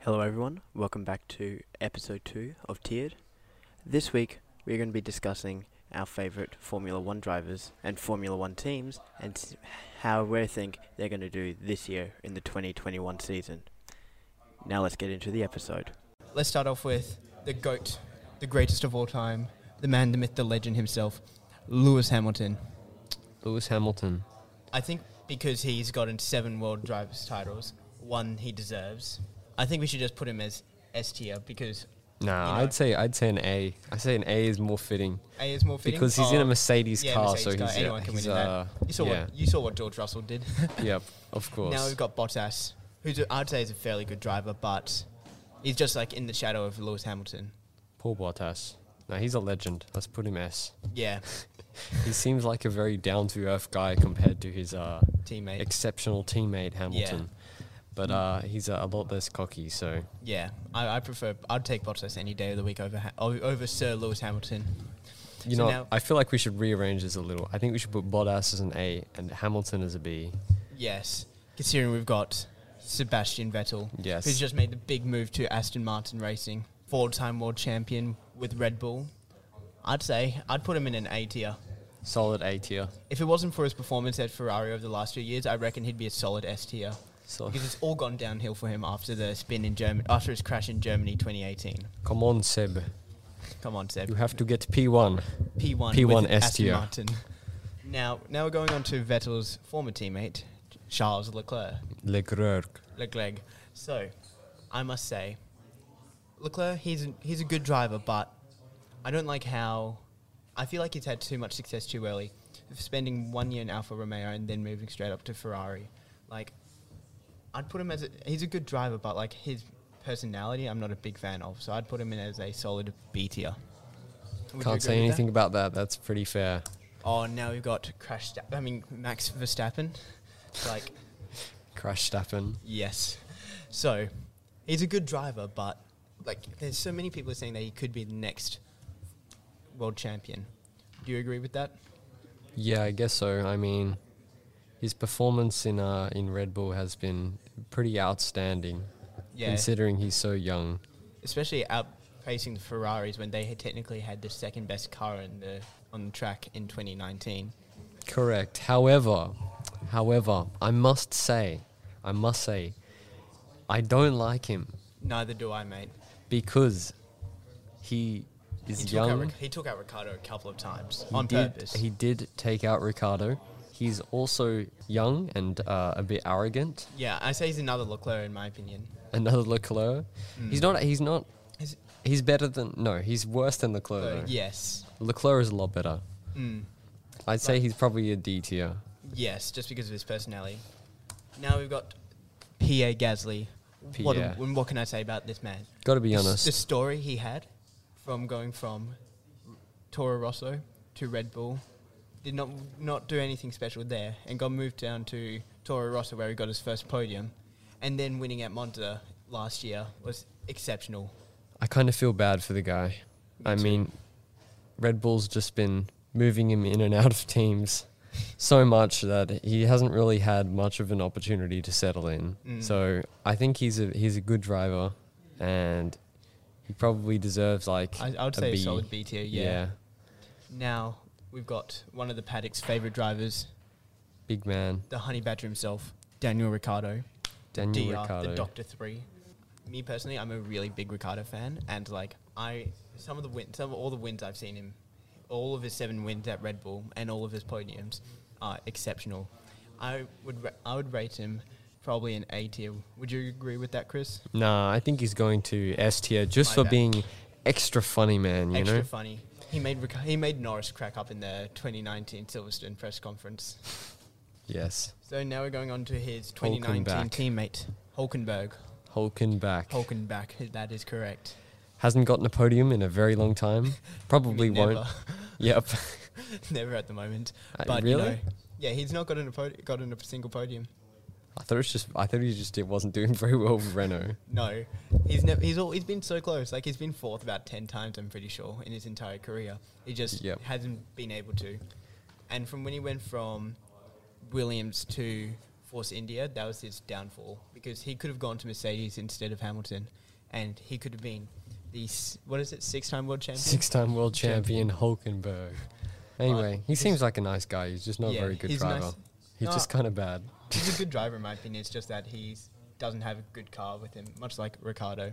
Hello, everyone. Welcome back to episode two of Tiered. This week, we're going to be discussing our favourite Formula One drivers and Formula One teams and s- how we think they're going to do this year in the 2021 season. Now, let's get into the episode. Let's start off with the GOAT, the greatest of all time, the man, the myth, the legend himself, Lewis Hamilton. Lewis Hamilton. I think because he's gotten seven world drivers titles, one he deserves. I think we should just put him as S tier because Nah, You know- I'd say I'd say an A. I say an A is more fitting A is more fitting. because he's in a Oh, Mercedes yeah, car, Mercedes so car, he's anyone uh, can he's, win in that. uh, You saw yeah, what you saw what George Russell did. yep, of course. now we've got Bottas, who I'd say is a fairly good driver, but he's just like in the shadow of Lewis Hamilton. Paul Bottas. Now he's a legend. Let's put him S. Yeah, He seems like a very down to earth guy compared to his uh, teammate. exceptional teammate Hamilton. But uh, he's uh, a lot less cocky, so Yeah, I, I prefer. I'd take Bottas any day of the week over ha- o- over Sir Lewis Hamilton. you So know now- I feel like we should rearrange this a little. I think we should put Bottas as an A and Hamilton as a B. Yes, considering we've got Sebastian Vettel, Yes. who's just made the big move to Aston Martin Racing, four-time world champion with Red Bull. I'd say I'd put him in an A tier. Solid A tier. If it wasn't for his performance at Ferrari over the last few years, I reckon he'd be a solid S tier So because it's all gone downhill for him after the spin in Germany, after his crash in Germany 2018. come on, Seb. Come on, Seb. You have to get P one. P1 P1 with S Aston tier. Martin. Now, now we're going on to Vettel's former teammate, Charles Leclerc. Leclerc. Leclerc. So, I must say, Leclerc, he's a, he's a good driver, but I don't like how. I feel like he's had too much success too early, spending one year in Alfa Romeo and then moving straight up to Ferrari. Like, I'd put him as a, he's a good driver, but like his personality, I'm not a big fan of. So I'd put him in as a solid B tier. Would you agree Can't say with that? anything about that. That's pretty fair. Oh, now we've got Crash. Sta- I mean Max Verstappen. It's like Crash Stappen. yes, so he's a good driver, but like there's so many people saying that he could be the next world champion. Do you agree with that? Yeah, I guess so. I mean, his performance in uh, in Red Bull has been pretty outstanding, Yeah, considering he's so young. especially outpacing the Ferraris when they had technically had the second best car in the on the track in 2019. Correct. However, however, I must say, I must say, I don't like him Neither do I, mate. because he is He took, out, young. Ric- he took out Ricardo a couple of times He on did, purpose. He did take out Ricardo. He's also young and uh, a bit arrogant. yeah, I say he's another Leclerc in my opinion. another Leclerc. Hmm. He's not. He's not. Is- He's better than no. He's worse than Leclerc. So, though. yes. Leclerc is a lot better. Hmm. I'd say he's probably a D tier. Yes, just because of his personality. Now we've got Pierre Gasly. What, Pierre. and what can I say about this man? Got to be The s- honest. The story he had from going from Toro Rosso to Red Bull did not not do anything special there and got moved down to Toro Rosso where he got his first podium and then winning at Monza last year was exceptional. I kind of feel bad for the guy. I mean, Red Bull's just been moving him in and out of teams so much that he hasn't really had much of an opportunity to settle in. Mm. So I think he's a he's a good driver, and he probably deserves like I, I would a say a B. solid B tier, yeah. yeah, Now we've got one of the paddock's favourite drivers, big man. the honey badger himself, Daniel Ricciardo. Daniel DR, the Ricciardo. Doctor Three. Me personally, I'm a really big Ricardo fan, and like I, some of the win, some of all the wins I've seen him, all of his seven wins at Red Bull and all of his podiums are exceptional. I would ra- I would rate him probably an A tier. Would you agree with that, Chris? Nah, I think he's going to S tier just My for bad. being extra funny, man. You Extra know, funny. He made Ric- he made Norris crack up in the 2019 Silverstone press conference. yes, So now we're going on to his Hulkenberg. 2019 teammate Hulkenberg. Hulken back Hulkenberg, that is correct. hasn't gotten a podium in a very long time. Probably won't. Never. Yep. Never at the moment. Uh, But you really? know, yeah, he's not gotten a pod- gotten a single podium. I thought it's just. I thought he just did, wasn't doing very well with Renault. No, he's never. He's all. He's been so close. Like he's been fourth about ten times. I'm pretty sure in his entire career. He just Yep. hasn't been able to. And from when he went from Williams to Force India, that was his downfall because he could have gone to Mercedes instead of Hamilton, and he could have been the s- what is it six time world champion. Six-time world champion Hulkenberg. Anyway, he he's- seems like a nice guy. He's just not a Yeah, very good he's driver. nice. Ah. He's No. just kind of bad. He's a good driver in my opinion. It's just that he doesn't have a good car with him, much like Ricardo.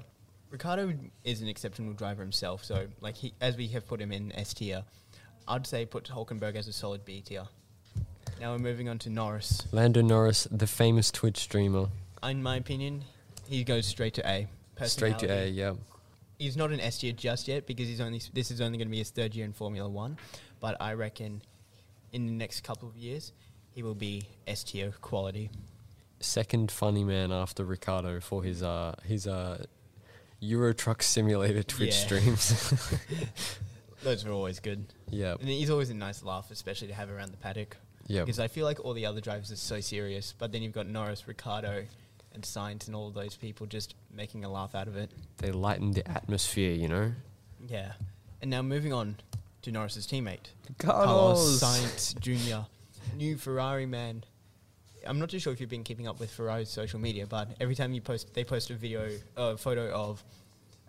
Ricardo is an exceptional driver himself, so like he, as we have put him in S tier, I'd say put Hulkenberg as a solid B tier. Now we're moving on to Norris. Lando Norris, the famous Twitch streamer, In my opinion, he goes straight to A. straight to A. Personality. Yeah, He's not an S tier just yet because he's only this is only going to be his third year in Formula One, but I reckon in the next couple of years he will be S tier quality. second funny man after Ricardo for his uh his uh Euro Truck Simulator Twitch Yeah. streams. Those are always good. yeah, And he's always a nice laugh, especially to have around the paddock. yeah. Because I feel like all the other drivers are so serious, but then you've got Norris, Ricardo, and Sainz, and all those people just making a laugh out of it. They lighten the atmosphere, you know. Yeah. And now moving on to Norris's teammate, Carlos. Carlos Sainz Jr., new Ferrari man. I'm not too sure if you've been keeping up with Ferrari's social media, but every time you post, they post a video, a photo of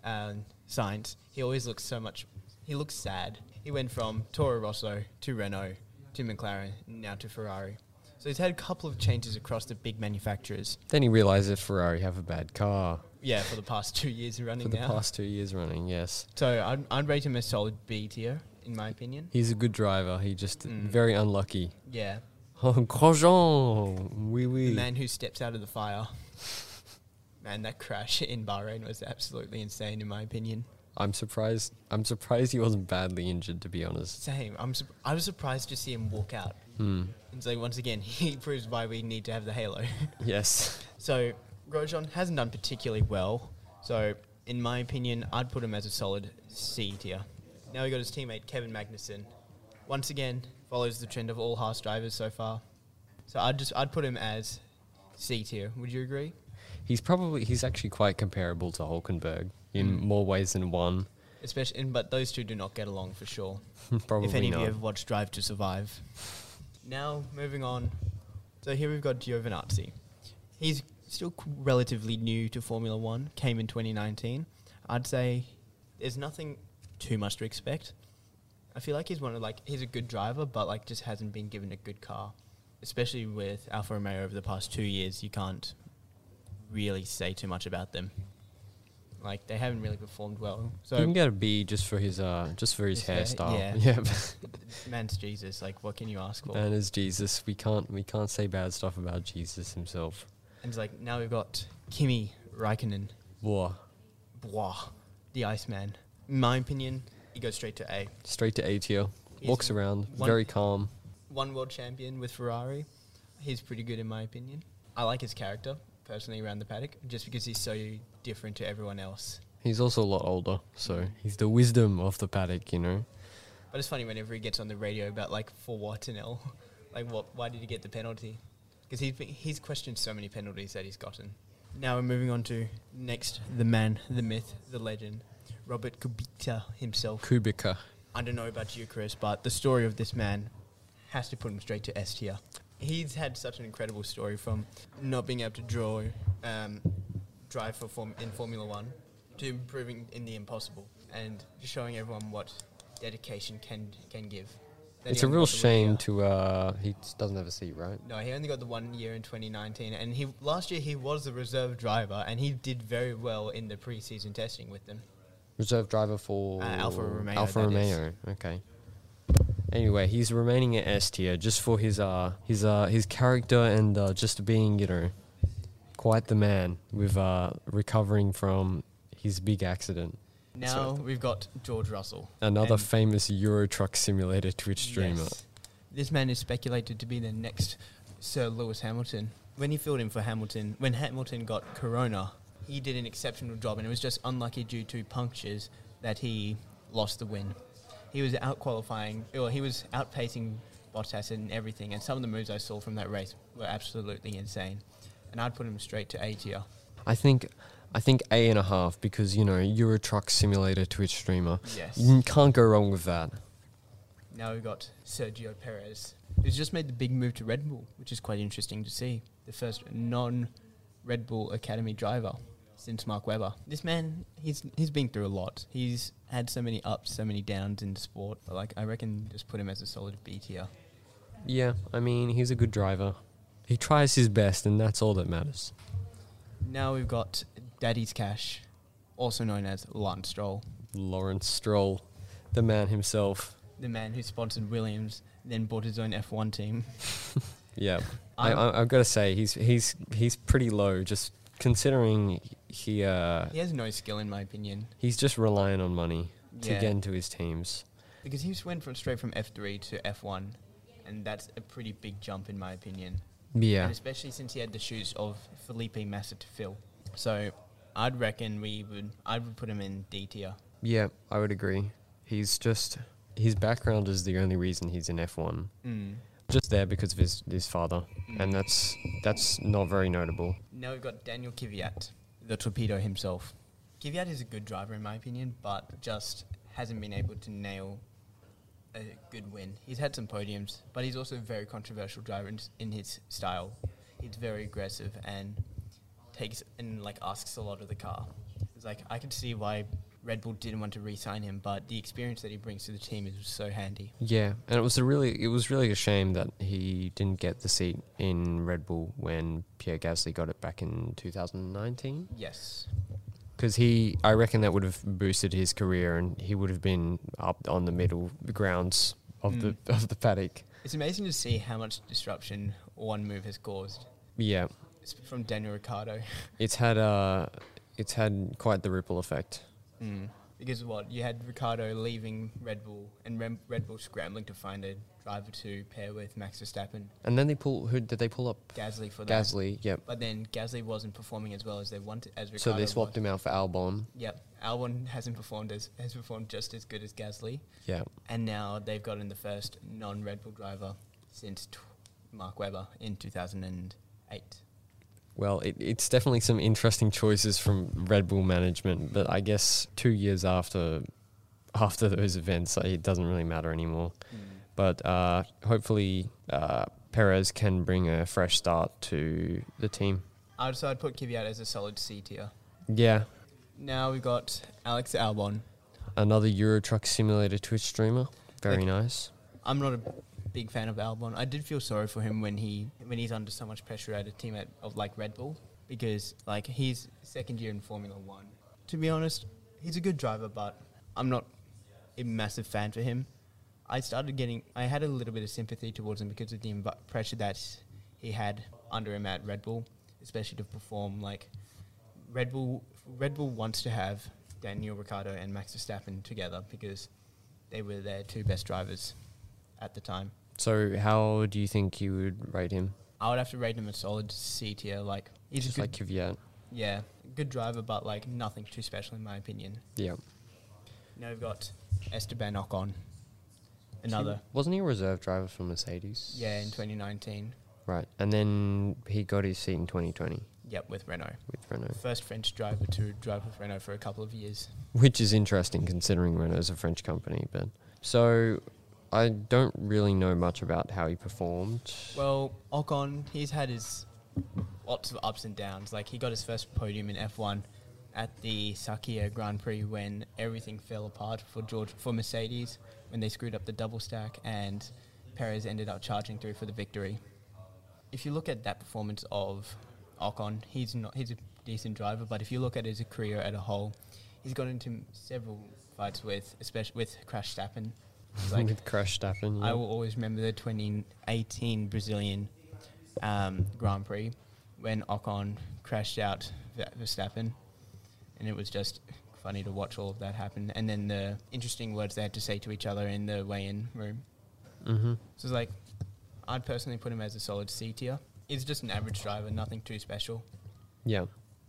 um, Sainz. He always looks so much. He looks sad. He went from Toro Rosso to Renault to McLaren now to Ferrari. So he's had a couple of changes across the big manufacturers. Then he realized that Ferrari have a bad car Yeah, for the past two years running for the now. past two years running. Yes, So I'd, I'd rate him a solid B tier in my opinion. he's a good driver. He just Mm. very unlucky. Yeah, Oh, Grosjean, oui The oui. man who steps out of the fire. Man, that crash in Bahrain was absolutely insane, in my opinion. I'm surprised. I'm surprised he wasn't badly injured, to be honest. Same. I'm. Su- I was surprised to see him walk out. Hmm. And so once again, he proves why we need to have the halo. Yes. so Grosjean hasn't done particularly well. So in my opinion, I'd put him as a solid C tier. Now we got his teammate Kevin Magnussen. Once again, follows the trend of all Haas drivers so far. So I'd just I'd put him as C tier. Would you agree? He's probably he's actually quite comparable to Hulkenberg in Mm. more ways than one. Especially, and, but those two do not get along for sure. probably if any not. of you have watched Drive to Survive. Now moving on. So here we've got Giovinazzi. He's still qu- relatively new to Formula One. Came in 2019. I'd say there's nothing too much to expect. I feel like he's one of like he's a good driver, but like just hasn't been given a good car, especially with Alfa Romeo over the past two years. You can't really say too much about them. Like they haven't really performed well. So you can get a B just for his uh just for his, His hair, hairstyle. yeah. Yeah. man's Jesus. Like what can you ask for? and as Jesus, we can't we can't say bad stuff about Jesus himself. And it's like now we've got Kimi Raikkonen, Whoa. Bois, the Iceman. In my opinion, he goes straight to A. Straight to A tier. He's Walks around, one- very calm. One world champion with Ferrari. He's pretty good in my opinion. I like his character personally around the paddock, just because he's so different to everyone else. He's also a lot older, Mm-hmm. so he's the wisdom of the paddock, you know. But it's funny whenever he gets on the radio about like for what and all, like what? Why did he get the penalty? Because he's been, he's questioned so many penalties that he's gotten. Now we're moving on to next the man, the myth, the legend, Robert Kubica himself. Kubica. I don't know about you, Chris, but the story of this man has to put him straight to S tier. He's had such an incredible story from not being able to draw, um, drive for form- in Formula One, to improving in the impossible and showing everyone what dedication can can give. Then It's he a only real got the one shame year. to uh he s- doesn't have a seat, right? No, he only got the one year in 2019, and he last year he was the reserve driver, and he did very well in the preseason testing with them. Reserve driver for Uh, Alfa Romeo, Alfa that is. Romeo. Okay. Anyway, he's remaining at S tier just for his uh his uh his character and uh, just being you know quite the man with uh recovering from his big accident. That's what I Now we've got George Russell. Another And- famous Euro Truck Simulator Twitch streamer. Yes. This man is speculated to be the next Sir Lewis Hamilton. When he filled in for Hamilton, when Hamilton got corona, he did an exceptional job, and it was just unlucky due to punctures that he lost the win. He was out qualifying, or he was outpacing Bottas and everything, and some of the moves I saw from that race were absolutely insane. And I'd put him straight to A tier. I think I think A and a half because you know Euro Truck Simulator Twitch streamer. Yes. You can't go wrong with that. Now we've got Sergio Perez, who's just made the big move to Red Bull, which is quite interesting to see. The first non Red Bull Academy driver since Mark Webber. This man, he's he's been through a lot. He's had so many ups, so many downs in the sport. But like, I reckon just put him as a solid B tier. Yeah, I mean, he's a good driver. He tries his best, and that's all that matters. Now we've got Daddy's Cash, also known as Lance Stroll, Lawrence Stroll, the man himself. the man who sponsored Williams, then bought his own F1 team. Yeah, I, I'm- I, I've got to say he's he's he's pretty low. Just considering he uh, He has no skill, in my opinion, he's just relying on money to Yeah. get into his teams. because he just went from straight from F3 to F1, and that's a pretty big jump, in my opinion. Yeah, And especially since he had the shoes of Felipe Massa to fill. So I'd reckon we would I would put him in D tier. yeah, I would agree. He's just his background is the only reason he's in F one. Mm. Just there because of his his father, and that's that's not very notable. Now we've got Daniel Kvyat, the torpedo himself. Kvyat is a good driver in my opinion, but just hasn't been able to nail a good win. He's had some podiums, but he's also a very controversial driver in, in his style. He's very aggressive and takes and like asks a lot of the car. It's like I could see why Red Bull didn't want to re-sign him, but the experience that he brings to the team is so handy. Yeah, and it was a really it was really a shame that he didn't get the seat in Red Bull when Pierre Gasly got it back in 2019 Yes. because he I reckon that would have boosted his career and he would have been up on the middle grounds of the of the paddock. It's amazing to see how much disruption one move has caused. Yeah, It's from Daniel Ricciardo. it's had uh it's had quite the ripple effect. Mm. Because what you had Ricardo leaving Red Bull and Rem- Red Bull scrambling to find a driver to pair with Max Verstappen, And then they pull who did they pull up Gasly for that. Gasly? Yep. But then Gasly wasn't performing as well as they wanted. As So Ricardo they swapped was. him out for Albon. Yep, Albon hasn't performed as has performed just as good as Gasly, Yeah. and now they've gotten the first non-Red Bull driver since t- Mark Webber in 2008. Well, it, it's definitely some interesting choices from Red Bull management, but I guess two years after after those events, uh, it doesn't really matter anymore. Mm. But uh, hopefully, uh, Perez can bring a fresh start to the team. I'd, so I'd put Kvyat as a solid C tier. Yeah, Now we've got Alex Albon. another Euro Truck Simulator Twitch streamer. Very Like- nice. I'm not a big fan of Albon. I did feel sorry for him when he when he's under so much pressure at a team at, of like Red Bull because like he's second year in Formula One. To be honest, he's a good driver, but I'm not a massive fan for him. I started getting I had a little bit of sympathy towards him because of the env- pressure that he had under him at Red Bull, especially to perform like Red Bull. Red Bull wants to have Daniel Ricciardo and Max Verstappen together because they were their two best drivers at the time. So, how do you think you would rate him? I would have to rate him a solid C tier. Like he's Just a good, like Kvyat. yeah, good driver, but like nothing too special in my opinion. Yeah. Now we've got Esteban Ocon, another Wasn't he a reserve driver for Mercedes? yeah in 2019. Right, and then he got his seat in 2020 Yep, with Renault, with Renault. first French driver to drive with Renault for a couple of years. which is interesting considering Renault's a French company. But so I don't really know much about how he performed. Well, Ocon, he's had his lots of ups and downs. Like he got his first podium in F1 at the Sakia Grand Prix when everything fell apart for George for Mercedes when they screwed up the double stack and Perez ended up charging through for the victory. If you look at that performance of Ocon, he's not he's a decent driver, but if you look at his career as a whole, he's got into several fights with especially with Crash Stappen. Like with Crash Stappen. I will always remember the 2018 Brazilian um, Grand Prix when Ocon crashed out Ver- Verstappen, and it was just funny to watch all of that happen. And then the interesting words they had to say to each other in the weigh-in room. hmm So it's like, I'd personally put him as a solid C tier. He's just an average driver, nothing too special. Yeah.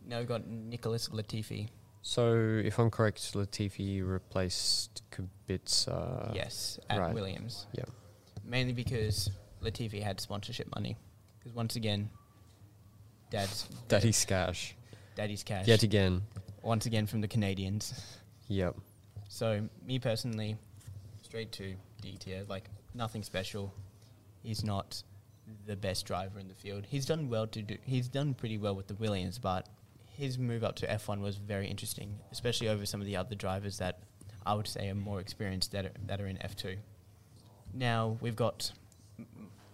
Now we've got Nicholas Latifi. So if I'm correct, Latifi replaced Kubica. yes, at Uh, right. Williams. Yeah. Mainly because Latifi had sponsorship money. Because once again, dad's Daddy Scash. daddy's cash. Yet again. once again from the Canadians. Yep. So me personally, straight to D tier, like nothing special. He's not the best driver in the field. He's done well to do. He's done pretty well with the Williams, but his move up to F1 was very interesting, especially over some of the other drivers that I would say are more experienced that are, that are in F2. Now we've got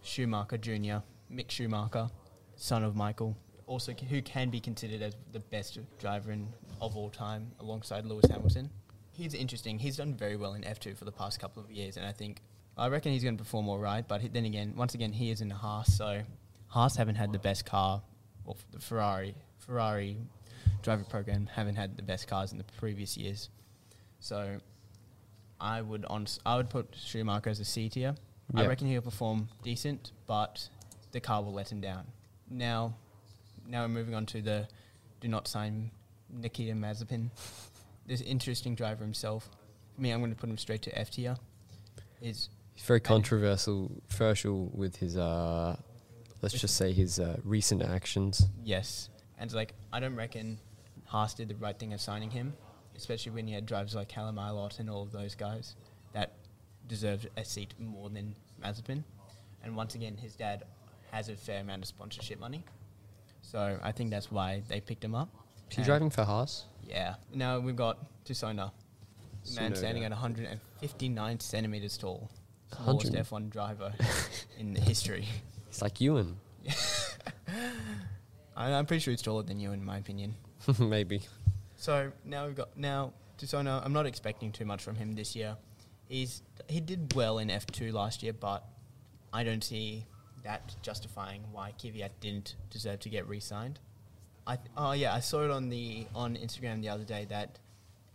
Schumacher Jr., Mick Schumacher, son of Michael, also c- who can be considered as the best driver in, of all time alongside Lewis Hamilton. He's interesting. He's done very well in F2 for the past couple of years, and I think I reckon he's going to perform all right. But he- then again, once again, he is in Haas, so Haas haven't had the best car. Well, f- the Ferrari Ferrari driver program haven't had the best cars in the previous years, so I would on I would put Schumacher as a C tier. I Yeah. reckon he'll perform decent, but the car will let him down. Now, now we're moving on to the do not sign Nikita Mazepin. This interesting driver himself. For me, I'm going to put him straight to F tier. Is He's very controversial, controversial with his, uh, let's just say his uh, recent actions. yes, and it's like I don't reckon Haas did the right thing of signing him, especially when you had drivers like Callum Ilott and all of those guys that deserved a seat more than Mazepin. And once again, his dad has a fair amount of sponsorship money, so I think that's why they picked him up. Is he And- driving for Haas? Yeah. Now we've got Tusona. The Man Tsunoda. standing at 159 centimeters tall. Smallest 100. F1 driver in the history. He's like Ewan, I, I'm pretty sure he's taller than you, in my opinion. maybe. So now we've got now Tusona. I'm not expecting too much from him this year. He's he did well in F2 last year, but I don't see that justifying why Kvyat didn't deserve to get re-signed. I th- oh yeah, I saw it on the on Instagram the other day that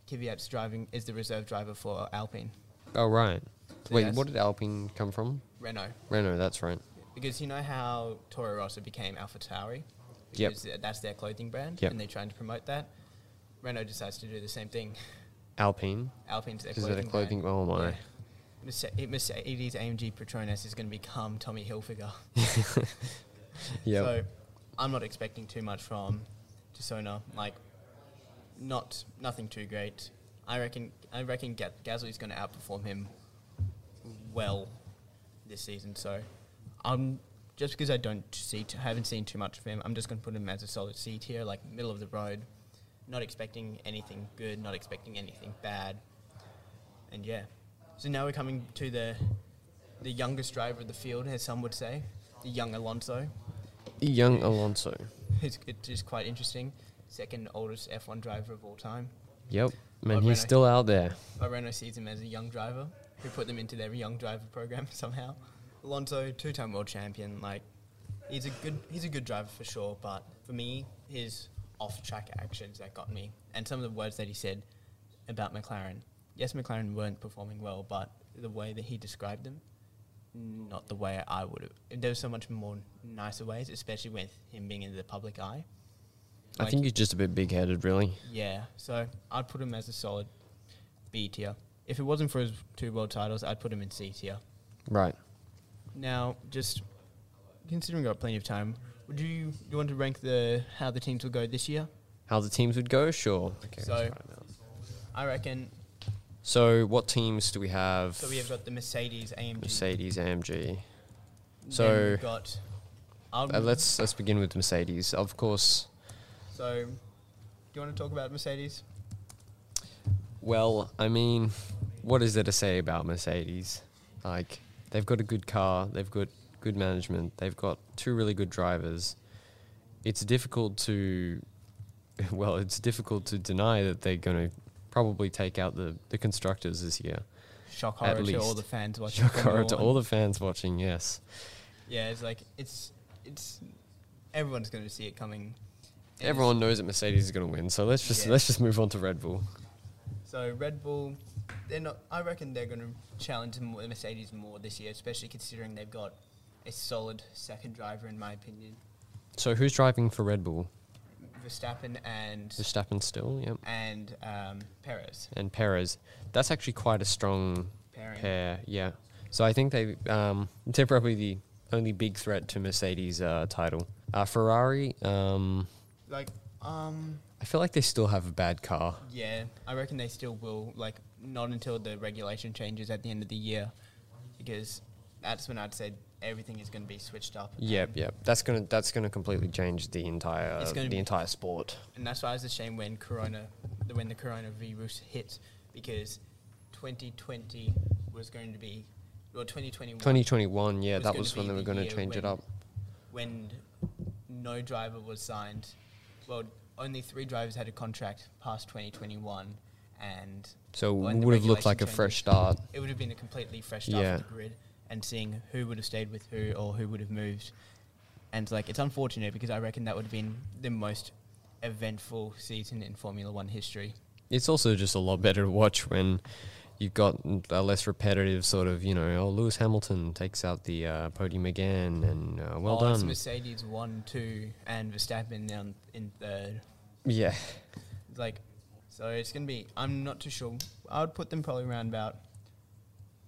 Kvyat's driving is the reserve driver for Alpine Oh, right. So Wait, yes. what did Alpine come from? Renault Renault, that's right. because you know how Toro Rosso became AlphaTauri Yep. because th- that's their clothing brand Yep. and they're trying to promote that. Renault decides to do the same thing. Alpine. Alpine's their Because clothing, they're clothing. brand. Oh, my. Yeah. Merce- it- Mercedes AMG Petronas is going to become Tommy Hilfiger. Yep. So I'm not expecting too much from Tsona. Like, not nothing too great. I reckon I reckon Ga- Gasly's going to outperform him well this season. So I'm just because I don't see t- haven't seen too much of him. I'm just going to put him as a solid C tier, like middle of the road. Not expecting anything good. Not expecting anything bad. And yeah, so now we're coming to the the youngest driver of the field, as some would say, the young Alonso Young Alonso. it's, it is quite interesting. Second oldest F1 driver of all time. Yep. Man, Oh, he's Renault. still out there. But Renault sees him as a young driver who put them into their young driver program somehow. Alonso, two-time world champion, like he's a good he's a good driver for sure. But for me, his off-track actions that got me, and some of the words that he said about McLaren. Yes, McLaren weren't performing well, but the way that he described them, not the way I would have. There was so much more nicer ways, especially with him being in the public eye. I Like- think he's just a bit big headed, really. yeah, so I'd put him as a solid B tier. If it wasn't for his two world titles, I'd put him in C tier. Right. Now, just considering we've got plenty of time, would you do you want to rank the how the teams will go this year? How the teams would go? Sure. Okay, So- let's write 'em out. I reckon. so, what teams do we have? So we have got the Mercedes AMG. Mercedes, AMG. Then so- we've got. Um, Uh, let's let's begin with Mercedes. Of course. So, do you want to talk about Mercedes? Well, I mean, what is there to say about Mercedes? Like, they've got a good car, they've got good management, they've got two really good drivers. It's difficult to, well, it's difficult to deny that they're going to probably take out the, the constructors this year. Shock At horror to all least. the fans watching. Shock Formula horror to One. all the fans watching, yes. Yeah, it's like it's it's everyone's going to see it coming. And it's- Everyone knows that Mercedes is going to win, so let's just Yeah. let's just move on to Red Bull. So Red Bull, they're not. I reckon they're going to challenge m- the Mercedes more this year, especially considering they've got a solid second driver, in my opinion, So who's driving for Red Bull? Verstappen and Verstappen still, yep. and um, Perez. and Perez. That's actually quite a strong Pairing. pair. Yeah. So I think they um, they're probably the only big threat to Mercedes' uh, title. Uh, Ferrari. Um, Like, um, I feel like they still have a bad car. yeah, I reckon they still will. Like, not until the regulation changes at the end of the year because that's when I'd say everything is going to be switched up. Yep, yep. That's gonna that's gonna completely change the entire It's gonna the be- entire sport. and that's why I was ashamed when Corona, when the coronavirus hit, because 2020 was going to be, well, 2021 Twenty twenty one, yeah, was that gonna was when be they were the gonna year change it when- up. when no driver was signed. Well, only three drivers had a contract past 2021, and So it when the would have looked regulation like a changes. fresh start. it would have been a completely fresh start Yeah. for the grid and seeing who would have stayed with who or who would have moved. And like it's unfortunate because I reckon that would have been the most eventful season in Formula One history. It's also just a lot better to watch when you've got a less repetitive sort of, you know, oh, Lewis Hamilton takes out the uh, podium again and uh, well While it's done. Mercedes one, two, and Verstappen down in third. Yeah. Like, so it's gonna be. I'm not too sure. I would put them probably around about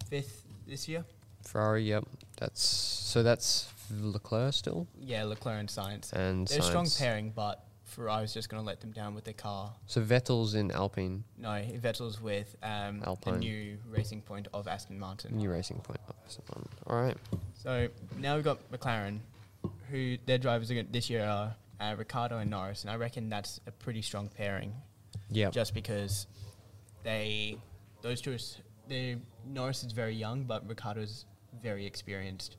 fifth this year. Ferrari, yep. That's so that's Leclerc still Yeah, Leclerc and Science. and They're a strong Sainz. pairing, but Ferrari's just gonna let them down with their car. So Vettel's in Alpine, No, Vettel's with um, the Alpine. new racing point of Aston Martin. new racing point. oh, that's the one. All right. So now we've got McLaren, who their drivers are going this year are uh, Ricardo and Norris, and I reckon that's a pretty strong pairing, Yep. just because they those two are s- they Norris is very young, but Ricardo's very experienced.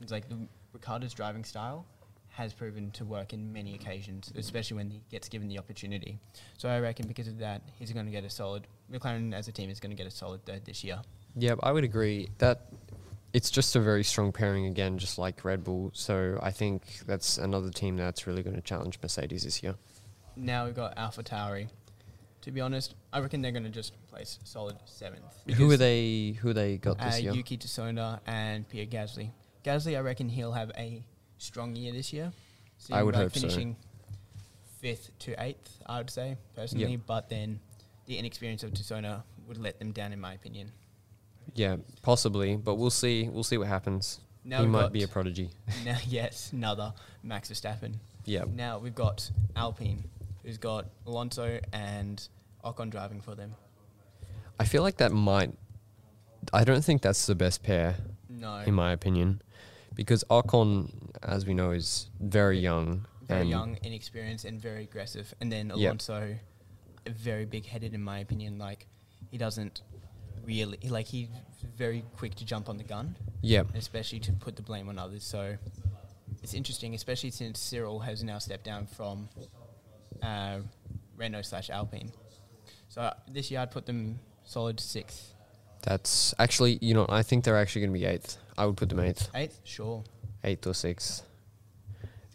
It's like the, Ricardo's driving style has proven to work in many occasions, especially when he gets given the opportunity. So I reckon because of that, he's going to get a solid McLaren as a team is going to get a solid third this year. Yeah, I would agree that it's just a very strong pairing again, just like Red Bull. So I think that's another team that's really going to challenge Mercedes this year. now we've got Alpha Tauri. To be honest, I reckon they're going to just place solid seventh. who are Because, they? Who they got this uh, year? Yuki Tsunoda and Pierre Gasly. Gasly, I reckon he'll have a strong year this year. So I would like hope so. finishing fifth to eighth, I would say personally. But then the inexperience of Tsunoda would let them down, in my opinion. yeah, possibly, but we'll see. We'll see what happens. Now he we've might got- be a prodigy. now, yes, another Max Verstappen. Yeah, Now we've got Alpine, who's got Alonso and Ocon driving for them. I feel like that might. I don't think that's the best pair, No, in my opinion, because Ocon, as we know, is very young. very and young, inexperienced, and very aggressive. And then Yep. Alonso, very big-headed in my opinion. Like he doesn't really like he's very quick to jump on the gun, Yeah, especially to put the blame on others. So it's interesting, especially since Cyril has now stepped down from uh, Renault slash Alpine. So uh, this year I'd put them solid sixth, that's actually. You know, I think they're actually going to be eighth. I would put them eighth. eighth, sure. eighth or sixth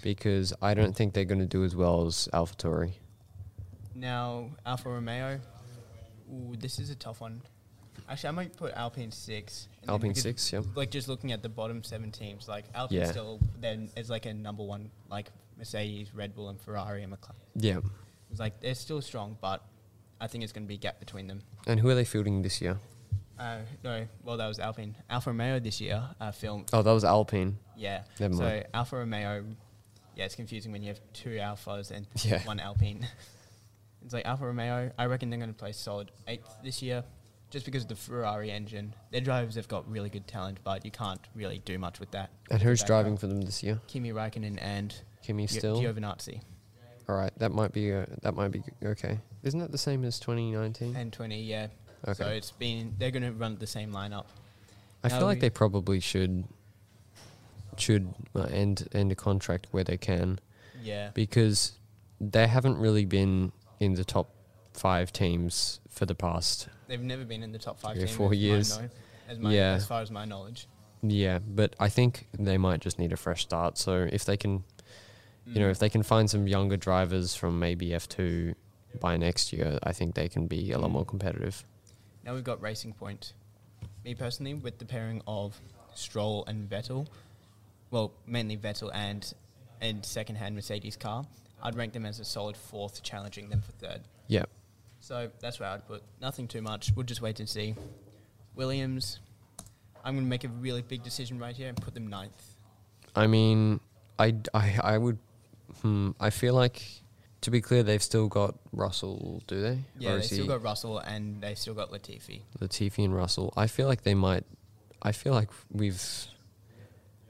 because I don't think they're going to do as well as AlphaTauri. Now, Alfa Romeo. Ooh, this is a tough one. Actually, I might put Alpine six. and then Alpine because, six, yeah. Like just looking at the bottom seven teams, like Alpine Yeah. still then is like a number one, like Mercedes, Red Bull, and Ferrari and McLaren. Yeah. It's like they're still strong, but I think it's going to be a gap between them. And who are they fielding this year? Uh, no, well that was Alpine. Alfa Romeo this year uh, filmed. Oh, that was Alpine. Yeah. Never so mind. Alfa Romeo. Yeah, it's confusing when you have two Alphas and Yeah. one Alpine. it's like Alfa Romeo. I reckon they're going to play solid eighth this year, just because of the Ferrari engine. Their drivers have got really good talent, but you can't really do much with that. And who's Back driving up. for them this year? Kimi Raikkonen and Kimi Gio- still. Giovinazzi All right, that might be uh that might be g- okay. Isn't that the same as 2019? and twenty. Yeah. So Okay. it's been they're going to run the same lineup. I now feel like we- they probably should should uh, end end a contract where they can Yeah. because they haven't really been in the top 5 teams for the past They've never been in the top five. Three or team, four as I years. know- As, my, Yeah. as far as my knowledge. Yeah, but I think they might just need a fresh start. So if they can, you know, if they can find some younger drivers from maybe F2 by next year, I think they can be a lot more competitive. Now we've got Racing Point. Me personally, with the pairing of Stroll and Vettel, well, mainly Vettel and and second-hand Mercedes car, I'd rank them as a solid fourth, challenging them for third. Yeah. So that's where I'd put nothing too much. We'll just wait and see. Williams, I'm going to make a really big decision right here and put them ninth. I mean, I, I, I would, hmm, I feel like, to be clear, they've still got Russell, do they? Yeah, Or they is still he- got Russell and they still got Latifi. Latifi and Russell. I feel like they might. I feel like we've.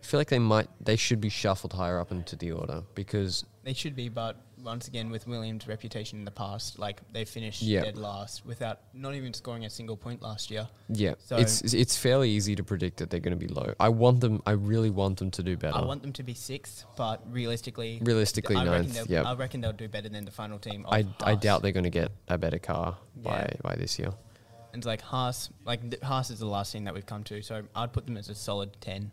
I feel like they might. They should be shuffled higher up into the order because They should be, but once again, with Williams' reputation in the past, like they finished Yeah. dead last without not even scoring a single point last year. yeah, So- it's it's fairly easy to predict that they're going to be low. I want them. I really want them to do better. I want them to be sixth, but realistically, Realistically, I reckon ninth, they'll- yep. I reckon they'll do better than the final team. Of I, I Haas. doubt they're going to get a better car by Yeah. by this year. And it's like Haas, like th- Haas is the last team that we've come to, so I'd put them as a solid ten.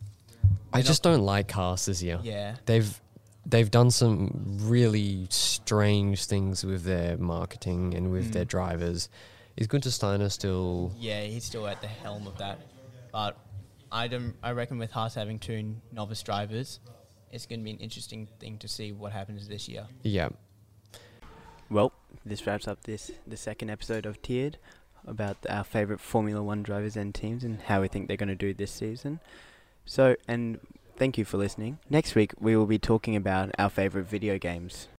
I They're just don't like cars this year. Yeah, They've they've done some really strange things with their marketing and with their drivers. Is Gunter Steiner still? yeah, he's still at the helm of that, but I don't. I reckon with Haas having two novice drivers, it's going to be an interesting thing to see what happens this year. Yeah, Well, this wraps up this the second episode of Tiered about our favorite Formula One drivers and teams and how we think they're going to do this season. So, and thank you for listening. Next week we will be talking about our favorite video games.